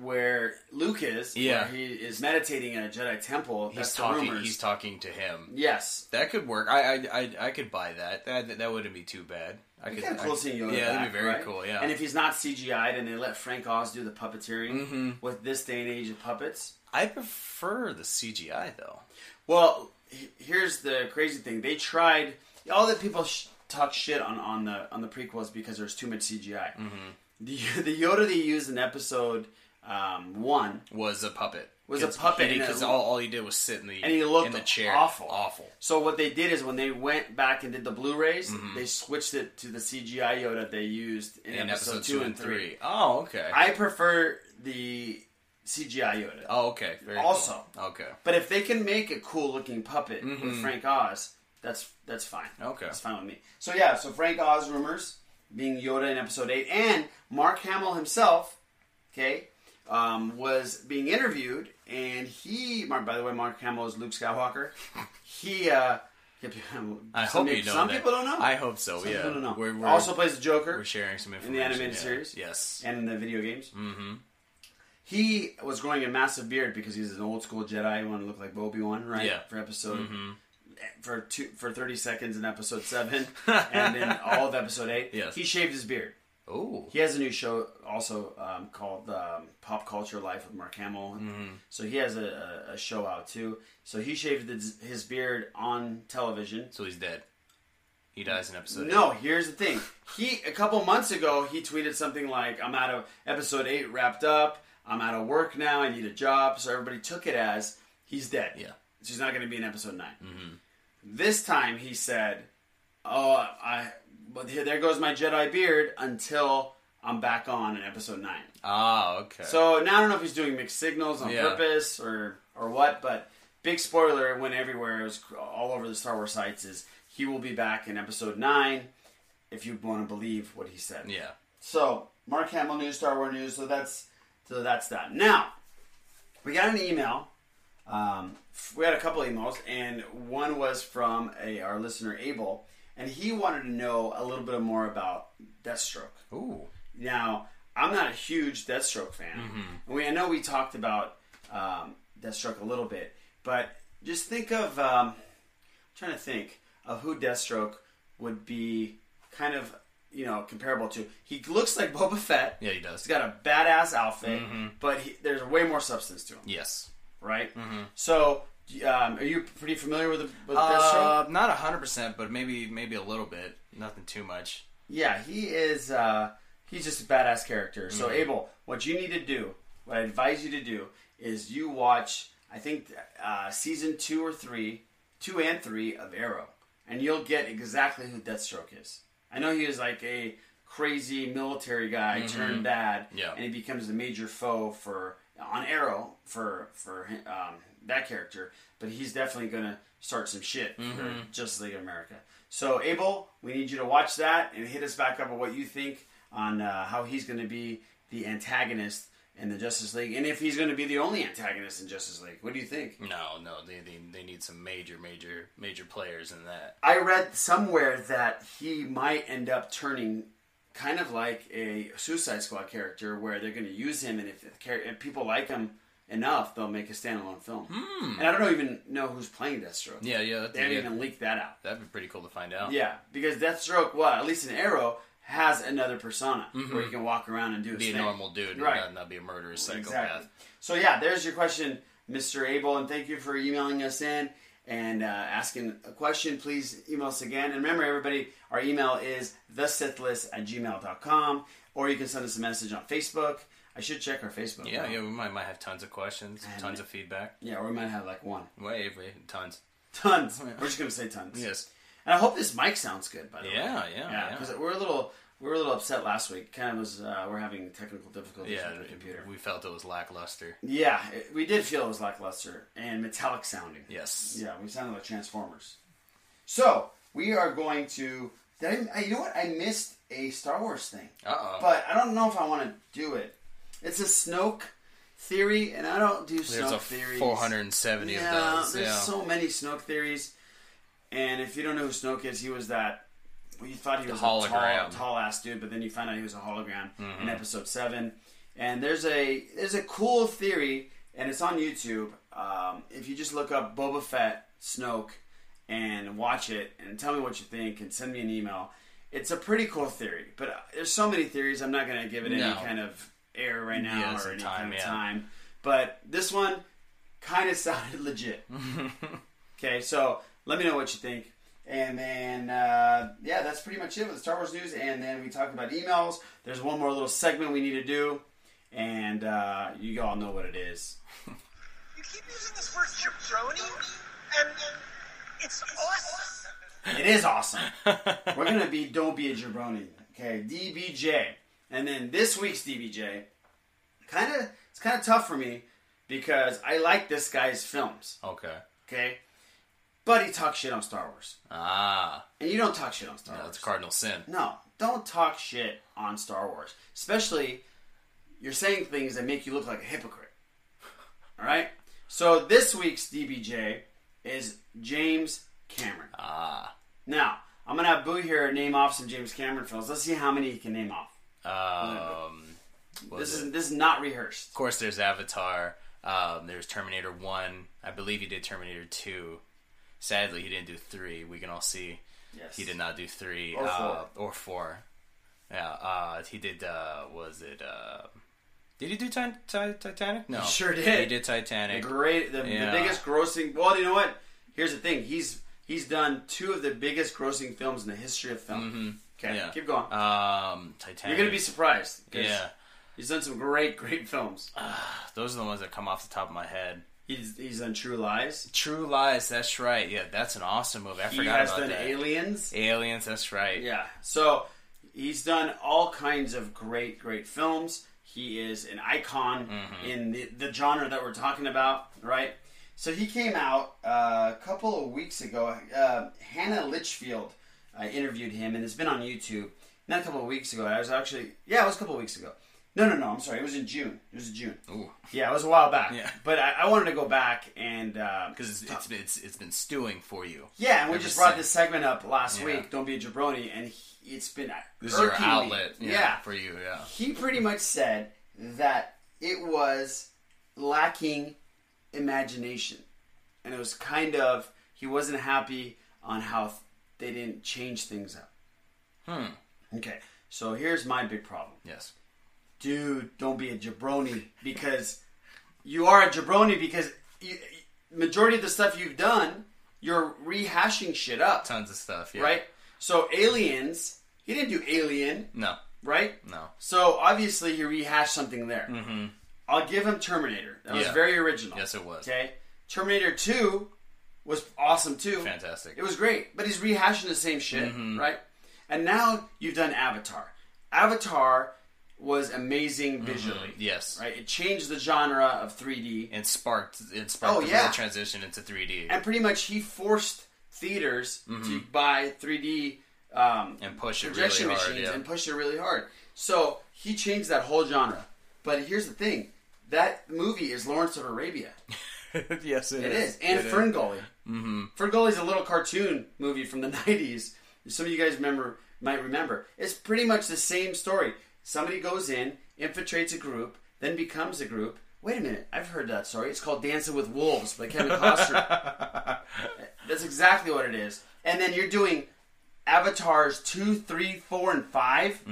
Speaker 6: where Luke is,
Speaker 7: Yeah.
Speaker 6: where he is meditating in a Jedi temple.
Speaker 7: he's
Speaker 6: that's
Speaker 7: talking.
Speaker 6: The rumors.
Speaker 7: He's talking to him.
Speaker 6: Yes,
Speaker 7: That could work. I, I, I, I could buy that. That that wouldn't be too bad. I could.
Speaker 6: kind of cool
Speaker 7: I-
Speaker 6: seeing Yoda.
Speaker 7: Yeah,
Speaker 6: back,
Speaker 7: that'd be very
Speaker 6: right?
Speaker 7: cool. Yeah.
Speaker 6: and if he's not CGI'd and they let Frank Oz do the puppeteering
Speaker 7: Mm-hmm.
Speaker 6: with this day and age of puppets,
Speaker 7: I prefer the CGI though.
Speaker 6: Well, he- here's the crazy thing: they tried all that people sh- talk shit on on the on the prequels because there's too much CGI. The the Yoda they used in episode um, one,
Speaker 7: Was a puppet.
Speaker 6: Was a puppet and
Speaker 7: because
Speaker 6: it-
Speaker 7: all, all he did was sit in the
Speaker 6: and he looked
Speaker 7: in the chair.
Speaker 6: awful,
Speaker 7: Awful.
Speaker 6: So what they did is when they went back and did the Blu-rays, they switched it to the CGI Yoda they used Mm-hmm. in,
Speaker 7: In
Speaker 6: episode, two, and three.
Speaker 7: Oh, okay.
Speaker 6: I prefer the CGI Yoda.
Speaker 7: oh, okay. Very cool.
Speaker 6: Also-
Speaker 7: Okay.
Speaker 6: But if they can make a cool looking puppet with Frank Oz, that's that's fine.
Speaker 7: Okay.
Speaker 6: that's fine with me. So yeah, so Frank Oz rumors being Yoda in Episode Eight, and Mark Hamill himself, okay, um, was being interviewed, and he, Mark, by the way, Mark Hamill is Luke Skywalker. He, uh,
Speaker 7: I
Speaker 6: some,
Speaker 7: hope you know
Speaker 6: some
Speaker 7: that.
Speaker 6: people don't know.
Speaker 7: I hope so.
Speaker 6: Some
Speaker 7: yeah.
Speaker 6: people don't know.
Speaker 7: We're, we're
Speaker 6: also plays the Joker
Speaker 7: we're sharing some
Speaker 6: in
Speaker 7: information
Speaker 6: the animated
Speaker 7: yeah.
Speaker 6: series.
Speaker 7: Yes.
Speaker 6: And in the video games. Mm-hmm. He was growing a massive beard because he's an old school Jedi. He wanted to look like Obi Wan, right?
Speaker 7: Yeah. Mm-hmm.
Speaker 6: For episode for two for thirty seconds in episode seven, and then all of episode eight.
Speaker 7: Yes.
Speaker 6: He shaved his beard.
Speaker 7: Oh.
Speaker 6: He has a new show also um, called um, Pop Culture Life with Mark Hamill.
Speaker 7: Mm-hmm.
Speaker 6: So he has a, a, a show out too. So he shaved his, his beard on television.
Speaker 7: So he's dead. He dies in episode.
Speaker 6: No, here's the thing. He a couple months ago he tweeted something like, "I'm out of episode eight wrapped up. I'm out of work now. I need a job." So everybody took it as he's dead.
Speaker 7: Yeah.
Speaker 6: so he's not going to be in episode 9 This time he said, "Oh, I, but here there goes my Jedi beard until I'm back on in episode 9.
Speaker 7: Ah. Okay.
Speaker 6: So now I don't know if he's doing mixed signals on
Speaker 7: Yeah.
Speaker 6: purpose or or what, but big spoiler it went everywhere. It was all over the Star Wars sites. Is he will be back in Episode Nine, if you want to believe what he said.
Speaker 7: yeah.
Speaker 6: So Mark Hamill news, Star Wars news. So that's so that's that. Now we got an email. Um, f- we had a couple emails, and one was from a our listener Abel, and he wanted to know a little bit more about Deathstroke.
Speaker 7: Ooh.
Speaker 6: Now, I'm not a huge Deathstroke fan.
Speaker 7: Mm-hmm.
Speaker 6: And we, I know we talked about um, Deathstroke a little bit, but just think of um, I'm trying to think of who Deathstroke would be kind of you know comparable to. He looks like Boba Fett.
Speaker 7: Yeah, Mm-hmm. he does.
Speaker 6: He's got a badass outfit, but he, there's way more substance to him,
Speaker 7: Yes.
Speaker 6: right? So, um, are you pretty familiar with, the, with Deathstroke?
Speaker 7: Mm-hmm. Uh, not hundred percent, but maybe maybe a little bit. Nothing too much.
Speaker 6: Yeah, he is. Uh, he's just a badass character. So Abel, what you need to do, what I advise you to do, is you watch. I think uh, season two or three, two and three of Arrow, and you'll get exactly who Deathstroke is. I know he was like a crazy military guy turned bad,
Speaker 7: Yeah.
Speaker 6: and he becomes a major foe for on Arrow for for um, that character. But he's definitely gonna start some shit for Justice League of America. So Abel, we need you to watch that and hit us back up on what you think on uh, how he's gonna be the antagonist in the Justice League, and if he's gonna be the only antagonist in Justice League. What do you think?
Speaker 7: No, no, they, they they need some major, major, major players in that.
Speaker 6: I read somewhere that he might end up turning kind of like a Suicide Squad character, where they're going to use him, and if, the char- if people like him enough, they'll make a standalone film. And I don't even know who's playing Deathstroke.
Speaker 7: Hmm. Yeah, yeah, that,
Speaker 6: they haven't
Speaker 7: yeah
Speaker 6: even leaked that out.
Speaker 7: that'd be pretty cool to find out.
Speaker 6: Yeah, because Deathstroke, well, at least in Arrow, has another persona where he can walk around and do his
Speaker 7: Mm-hmm. Be a
Speaker 6: thing.
Speaker 7: normal dude,
Speaker 6: Right.
Speaker 7: right? Not, not be a murderous psychopath.
Speaker 6: Exactly. So yeah, there's your question, Mr. Abel, and thank you for emailing us in and uh, asking a question. Please email us again. And remember, everybody, our email is thesithlist at gmail.com, or you can send us a message on Facebook. I should check our Facebook.
Speaker 7: Yeah,
Speaker 6: now.
Speaker 7: yeah, we might might have tons of questions, tons of feedback.
Speaker 6: Yeah, or we might have like one.
Speaker 7: Way, way, tons.
Speaker 6: Tons. We're just gonna say tons.
Speaker 7: Oh, Yes.
Speaker 6: And I hope this mic sounds good, by the
Speaker 7: Yeah,
Speaker 6: way.
Speaker 7: yeah,
Speaker 6: yeah.
Speaker 7: yeah.
Speaker 6: Because we're a little we were a little upset last week. Kind of was uh, we're having technical difficulties
Speaker 7: Yeah,
Speaker 6: with the computer.
Speaker 7: we felt it was lackluster.
Speaker 6: yeah, it, we did feel it was lackluster and metallic sounding.
Speaker 7: Yes.
Speaker 6: Yeah, we sounded like Transformers. So we are going to. Did I, I- you know what? I missed a Star Wars thing,
Speaker 7: Uh oh.
Speaker 6: but I don't know if I want to do it. It's a Snoke theory, and I don't do Snoke
Speaker 7: There's a
Speaker 6: theories.
Speaker 7: 470
Speaker 6: yeah,
Speaker 7: of those.
Speaker 6: there's
Speaker 7: Yeah.
Speaker 6: so many Snoke theories. And if you don't know who Snoke is, he was that. Well, you thought he was a tall,
Speaker 7: hologram. Mm-hmm.
Speaker 6: tall ass dude, but then you find out he was a hologram in Episode Seven. And there's a there's a cool theory, and it's on YouTube. Um, if you just look up Boba Fett Snoke and watch it, and tell me what you think, and send me an email. It's a pretty cool theory, but uh, there's so many theories. I'm not going to give it any
Speaker 7: No.
Speaker 6: kind of air right now
Speaker 7: Yeah,
Speaker 6: or
Speaker 7: some
Speaker 6: any
Speaker 7: time,
Speaker 6: kind of
Speaker 7: yeah.
Speaker 6: time. But this one kind of sounded legit. Okay, so let me know what you think. And then, uh, yeah, that's pretty much it with Star Wars news. And then we talked about emails. There's one more little segment we need to do. And uh, you all know what it is.
Speaker 2: You keep using this word jabroni, and it's awesome.
Speaker 6: It is awesome. We're going to be Don't Be a Jabroni. Okay, DBJ. And then this week's DBJ, kind of, it's kind of tough for me because I like this guy's films.
Speaker 7: Okay.
Speaker 6: Okay? But he talks shit on Star Wars.
Speaker 7: Ah,
Speaker 6: And you don't talk shit on Star Wars.
Speaker 7: that's cardinal sin.
Speaker 6: No, don't talk shit on Star Wars. Especially, you're saying things that make you look like a hypocrite. All right? So this week's DBJ is James Cameron. Ah. Now, I'm going to have Boo here name off some James Cameron films. Let's see how many he can name off.
Speaker 7: Um, what
Speaker 6: This
Speaker 7: was it?
Speaker 6: is, this is not rehearsed.
Speaker 7: Of course, there's Avatar. Um, there's Terminator One. I believe he did Terminator Two. Sadly, he didn't do three. We can all see
Speaker 6: Yes.
Speaker 7: he did not do three
Speaker 6: Or
Speaker 7: uh, or four. Yeah, uh, he did. Uh, was it? Uh, did he do ti- ti- Titanic? No,
Speaker 6: He sure did.
Speaker 7: He did Titanic.
Speaker 6: The great, the,
Speaker 7: Yeah.
Speaker 6: the biggest grossing. Well, you know what? Here's the thing. He's he's done two of the biggest grossing films in the history of film. Okay,
Speaker 7: Mm-hmm. Yeah.
Speaker 6: keep going.
Speaker 7: Um,
Speaker 6: You're
Speaker 7: Titanic.
Speaker 6: gonna be surprised. 'cause
Speaker 7: Yeah,
Speaker 6: he's done some great, great films.
Speaker 7: those are the ones that come off the top of my head.
Speaker 6: He's he's done True Lies.
Speaker 7: True Lies. That's right. Yeah, that's an awesome movie. I
Speaker 6: He
Speaker 7: forgot
Speaker 6: has
Speaker 7: about
Speaker 6: done
Speaker 7: that.
Speaker 6: Aliens.
Speaker 7: Aliens. That's right.
Speaker 6: Yeah. So he's done all kinds of great, great films. He is an icon
Speaker 7: Mm-hmm.
Speaker 6: in the, the genre that we're talking about, right? So he came out uh, a couple of weeks ago. Uh, Hannah Litchfield uh, interviewed him, and it's been on YouTube. Not a couple of weeks ago. I was actually, yeah, it was a couple of weeks ago. No, no, no. I'm sorry. It was in June. It was in June. Yeah, it was a while back.
Speaker 7: Yeah.
Speaker 6: But I, I wanted to go back and uh, because
Speaker 7: because it's, it's, been- it's it's been stewing for you.
Speaker 6: yeah, and we
Speaker 7: Ever
Speaker 6: just brought
Speaker 7: since.
Speaker 6: this segment up last
Speaker 7: Yeah.
Speaker 6: week. Don't be a jabroni, and he- it's been
Speaker 7: This is your
Speaker 6: irking me.
Speaker 7: outlet,
Speaker 6: Yeah.
Speaker 7: yeah, for you, yeah.
Speaker 6: he pretty much said that it was lacking imagination, and it was kind of he wasn't happy on how th- they didn't change things up. Hmm. Okay, so here's my big problem
Speaker 7: Yes,
Speaker 6: dude, don't be a jabroni because you are a jabroni because you, majority of the stuff you've done, you're rehashing shit up,
Speaker 7: tons of stuff, yeah.
Speaker 6: right? So aliens, he didn't do alien,
Speaker 7: No,
Speaker 6: right?
Speaker 7: no.
Speaker 6: So obviously he rehashed something there. Mm-hmm. I'll give him Terminator. That was
Speaker 7: Yeah.
Speaker 6: very original.
Speaker 7: Yes, it was.
Speaker 6: Okay, Terminator Two was awesome too.
Speaker 7: Fantastic. Mm-hmm.
Speaker 6: It was great, but he's rehashing the same shit, right? And now you've done Avatar. Avatar was amazing
Speaker 7: Mm-hmm.
Speaker 6: visually.
Speaker 7: Yes,
Speaker 6: Right? It changed the genre of 3D.
Speaker 7: And sparked it sparked
Speaker 6: Oh,
Speaker 7: the
Speaker 6: yeah.
Speaker 7: real transition into 3D and,
Speaker 6: And pretty much he forced theaters to buy 3D um,
Speaker 7: Mm-hmm. push it really
Speaker 6: projection
Speaker 7: hard.
Speaker 6: machines
Speaker 7: Yeah.
Speaker 6: and pushed it really hard. So he changed that whole genre. But here's the thing that movie is Lawrence of Arabia.
Speaker 7: yes,
Speaker 6: It is. And Ferngully. Mm-hmm. Ferngully's a little cartoon movie from the 90s. Some of you guys remember might remember. It's pretty much the same story. Somebody goes in, infiltrates a group, then becomes a group. Wait a minute, I've heard that story. It's called Dancing with Wolves by Kevin Costner. That's exactly what it is. And then you're doing Avatars two, three, four, and 5,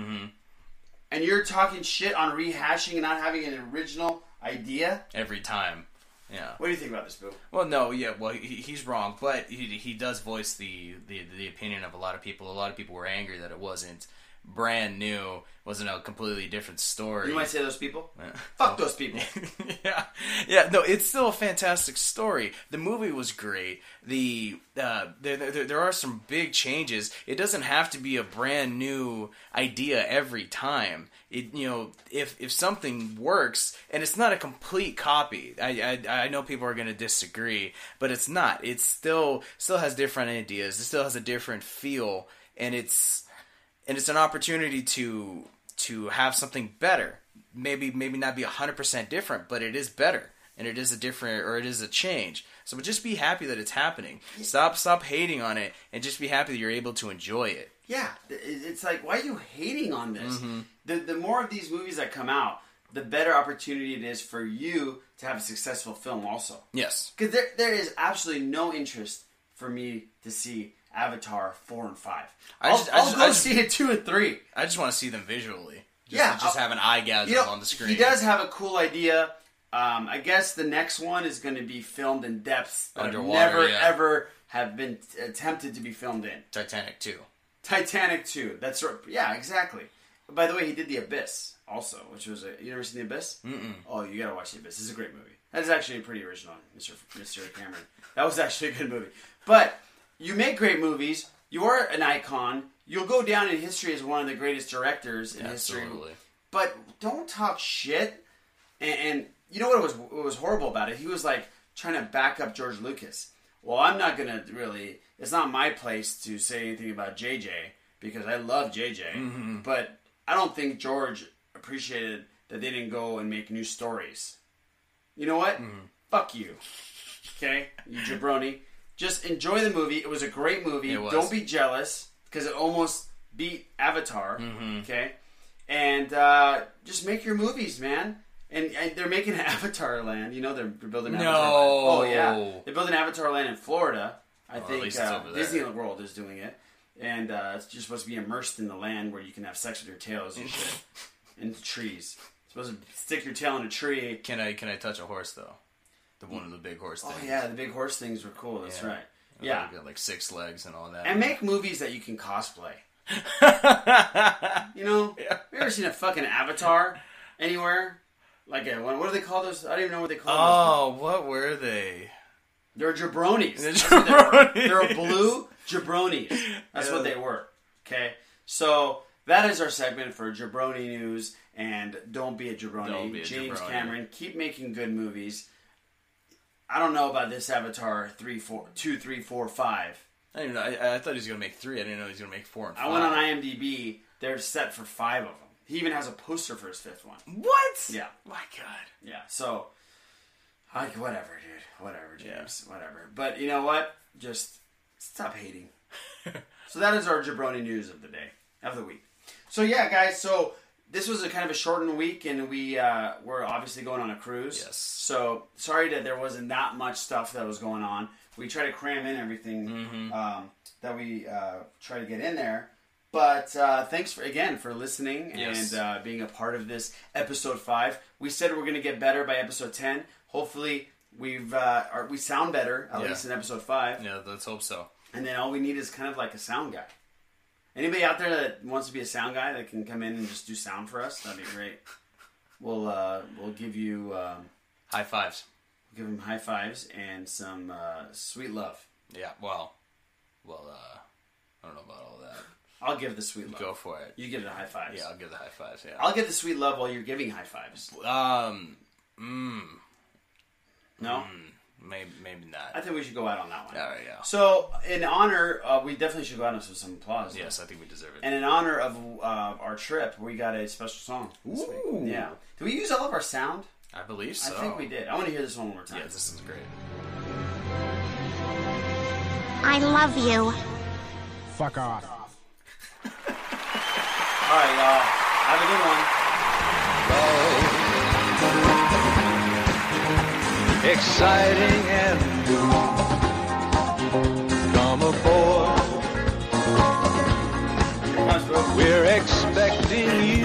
Speaker 6: and you're talking shit on rehashing and not having an original idea.
Speaker 7: every time. Yeah.
Speaker 6: What do you think about this, Boo?
Speaker 7: Well, no, yeah, well, he, he's wrong, but he, he does voice the, the the opinion of a lot of people. A lot of people were angry that it wasn't brand new, wasn't a completely different story.
Speaker 6: You might say those people.
Speaker 7: Yeah.
Speaker 6: Fuck those people.
Speaker 7: yeah, yeah. No, it's still a fantastic story. The movie was great. The uh, there, there there are some big changes. It doesn't have to be a brand new idea every time. It you know if if something works and it's not a complete copy. I I, I know people are going to disagree, but it's not. It's still still has different ideas. It still has a different feel, and it's and it's an opportunity to to have something better maybe maybe not be 100% different but it is better and it is a different or it is a change so just be happy that it's happening stop stop hating on it and just be happy that you're able to enjoy it
Speaker 6: Yeah, it- it's like why are you hating on this?
Speaker 7: Mm-hmm.
Speaker 6: The the more of these movies that come out, the better opportunity it is for you to have a successful film, also.
Speaker 7: yes
Speaker 6: Because there there is absolutely no interest for me to see Avatar four and five.
Speaker 7: I
Speaker 6: I'll,
Speaker 7: just- I
Speaker 6: I'll
Speaker 7: just-
Speaker 6: go
Speaker 7: I just-
Speaker 6: see it two and three.
Speaker 7: i just want to see them visually just,
Speaker 6: Yeah,
Speaker 7: just
Speaker 6: I'll-
Speaker 7: have an eye gasm
Speaker 6: You know,
Speaker 7: on the screen
Speaker 6: he does have a cool idea. Um, I guess the next one is going to be filmed in depths that have
Speaker 7: Underwater,
Speaker 6: never
Speaker 7: yeah.
Speaker 6: ever have been attempted to be filmed in.
Speaker 7: titanic too
Speaker 6: Titanic 2. That's right. Yeah, exactly. By the way, he did The Abyss also, which was a. You ever seen The Abyss? Mm-mm. Oh, you gotta watch The Abyss. It's a great movie. That's actually pretty original, Mr. Mr. Cameron. That was actually a good movie. But you make great movies. You are an icon. You'll go down in history as one of the greatest directors in history
Speaker 7: absolutely
Speaker 6: but don't talk shit. And, and you know what was what was horrible about it? He was like trying to back up George Lucas. Well, I'm not gonna really. It's not my place to say anything about JJ because I love JJ,
Speaker 7: Mm-hmm.
Speaker 6: but I don't think George appreciated that they didn't go and make new stories. You know what?
Speaker 7: Mm-hmm.
Speaker 6: Fuck you. Okay, you jabroni. Just enjoy the movie. It was a great movie.
Speaker 7: It was.
Speaker 6: Don't be jealous because it almost beat Avatar.
Speaker 7: Mm-hmm.
Speaker 6: Okay, and uh, just make your movies, man. And, and they're making Avatar Land. You know they're, they're building Avatar
Speaker 7: No.
Speaker 6: Land. Oh yeah, they're building Avatar Land in Florida. I think
Speaker 7: least it's
Speaker 6: uh,
Speaker 7: over there.
Speaker 6: Disney World is doing it, and uh, it's just supposed to be immersed in the land where you can have sex with your tails and shit, and trees. supposed to stick your tail in a tree
Speaker 7: can i can i touch a horse though the one of the big horse
Speaker 6: Oh
Speaker 7: things.
Speaker 6: yeah, the big horse things were cool. That's
Speaker 7: Yeah.
Speaker 6: right. Yeah,
Speaker 7: Like, like six legs and all that
Speaker 6: and make movies that you can cosplay. you know, have you ever seen a fucking avatar anywhere? Like a what, what do they call those? I don't even know what they call
Speaker 7: oh what were they
Speaker 6: those. They're jabronis.
Speaker 7: They're
Speaker 6: That's what they were.
Speaker 7: jabronis.
Speaker 6: They're blue jabronis. That's what they were. Okay, so that is our segment for jabroni news. And don't be a jabroni,
Speaker 7: Don't be a
Speaker 6: James
Speaker 7: jabroni.
Speaker 6: Cameron. Keep making good movies. I don't know about this Avatar three, four, two, three, four, five.
Speaker 7: I don't even know. I, I thought he was gonna make three. I didn't know he was gonna make four and five.
Speaker 6: I went on IMDb. They're set for five of them. He even has a poster for his fifth one.
Speaker 7: What?
Speaker 6: Yeah.
Speaker 7: My God.
Speaker 6: Yeah. So, like, whatever, dude. Whatever,
Speaker 7: Yeah.
Speaker 6: James. Whatever. But you know what? Just stop hating. so that is our jabroni news of the day of the week. So yeah, guys. So this was a kind of a shortened week, and we uh, were obviously going on a cruise.
Speaker 7: Yes.
Speaker 6: So sorry that there wasn't that much stuff that was going on. We try to cram in everything
Speaker 7: Mm-hmm.
Speaker 6: um, that we uh, try to get in there. But uh, thanks for again for listening
Speaker 7: Yes.
Speaker 6: and uh, being a part of this episode five. We said we're going to get better by episode ten. Hopefully, we've uh, are, we sound better at
Speaker 7: Yeah.
Speaker 6: least in episode five.
Speaker 7: Yeah. Let's hope so.
Speaker 6: And then all we need is kind of like a sound guy. Anybody out there that wants to be a sound guy that can come in and just do sound for us, that'd be great. We'll uh, we'll give you um,
Speaker 7: High fives.
Speaker 6: give him high fives and some uh, sweet love.
Speaker 7: Yeah. Well. Well. uh I don't know about all that.
Speaker 6: I'll give the sweet love.
Speaker 7: Go for it.
Speaker 6: You give it a high fives.
Speaker 7: Yeah. I'll give the high fives. Yeah.
Speaker 6: I'll give the sweet love while you're giving high fives.
Speaker 7: Um.
Speaker 6: No,
Speaker 7: Maybe. Maybe
Speaker 6: I
Speaker 7: not.
Speaker 6: think we should go out on that one.
Speaker 7: Mm. All right. Yeah.
Speaker 6: So, in honor, uh, we definitely should go out on some, some applause.
Speaker 7: Yes. I think we deserve it.
Speaker 6: And in honor of uh, our trip, we got a special song. This
Speaker 7: Ooh.
Speaker 6: Week. Yeah. Did we use all of our sound?
Speaker 7: I believe so.
Speaker 6: I think we did. I want to hear this one more time.
Speaker 7: Yeah. This is great.
Speaker 10: I love you.
Speaker 6: All right, y'all. Have a good one.
Speaker 9: exciting and new. Come aboard We're expecting you.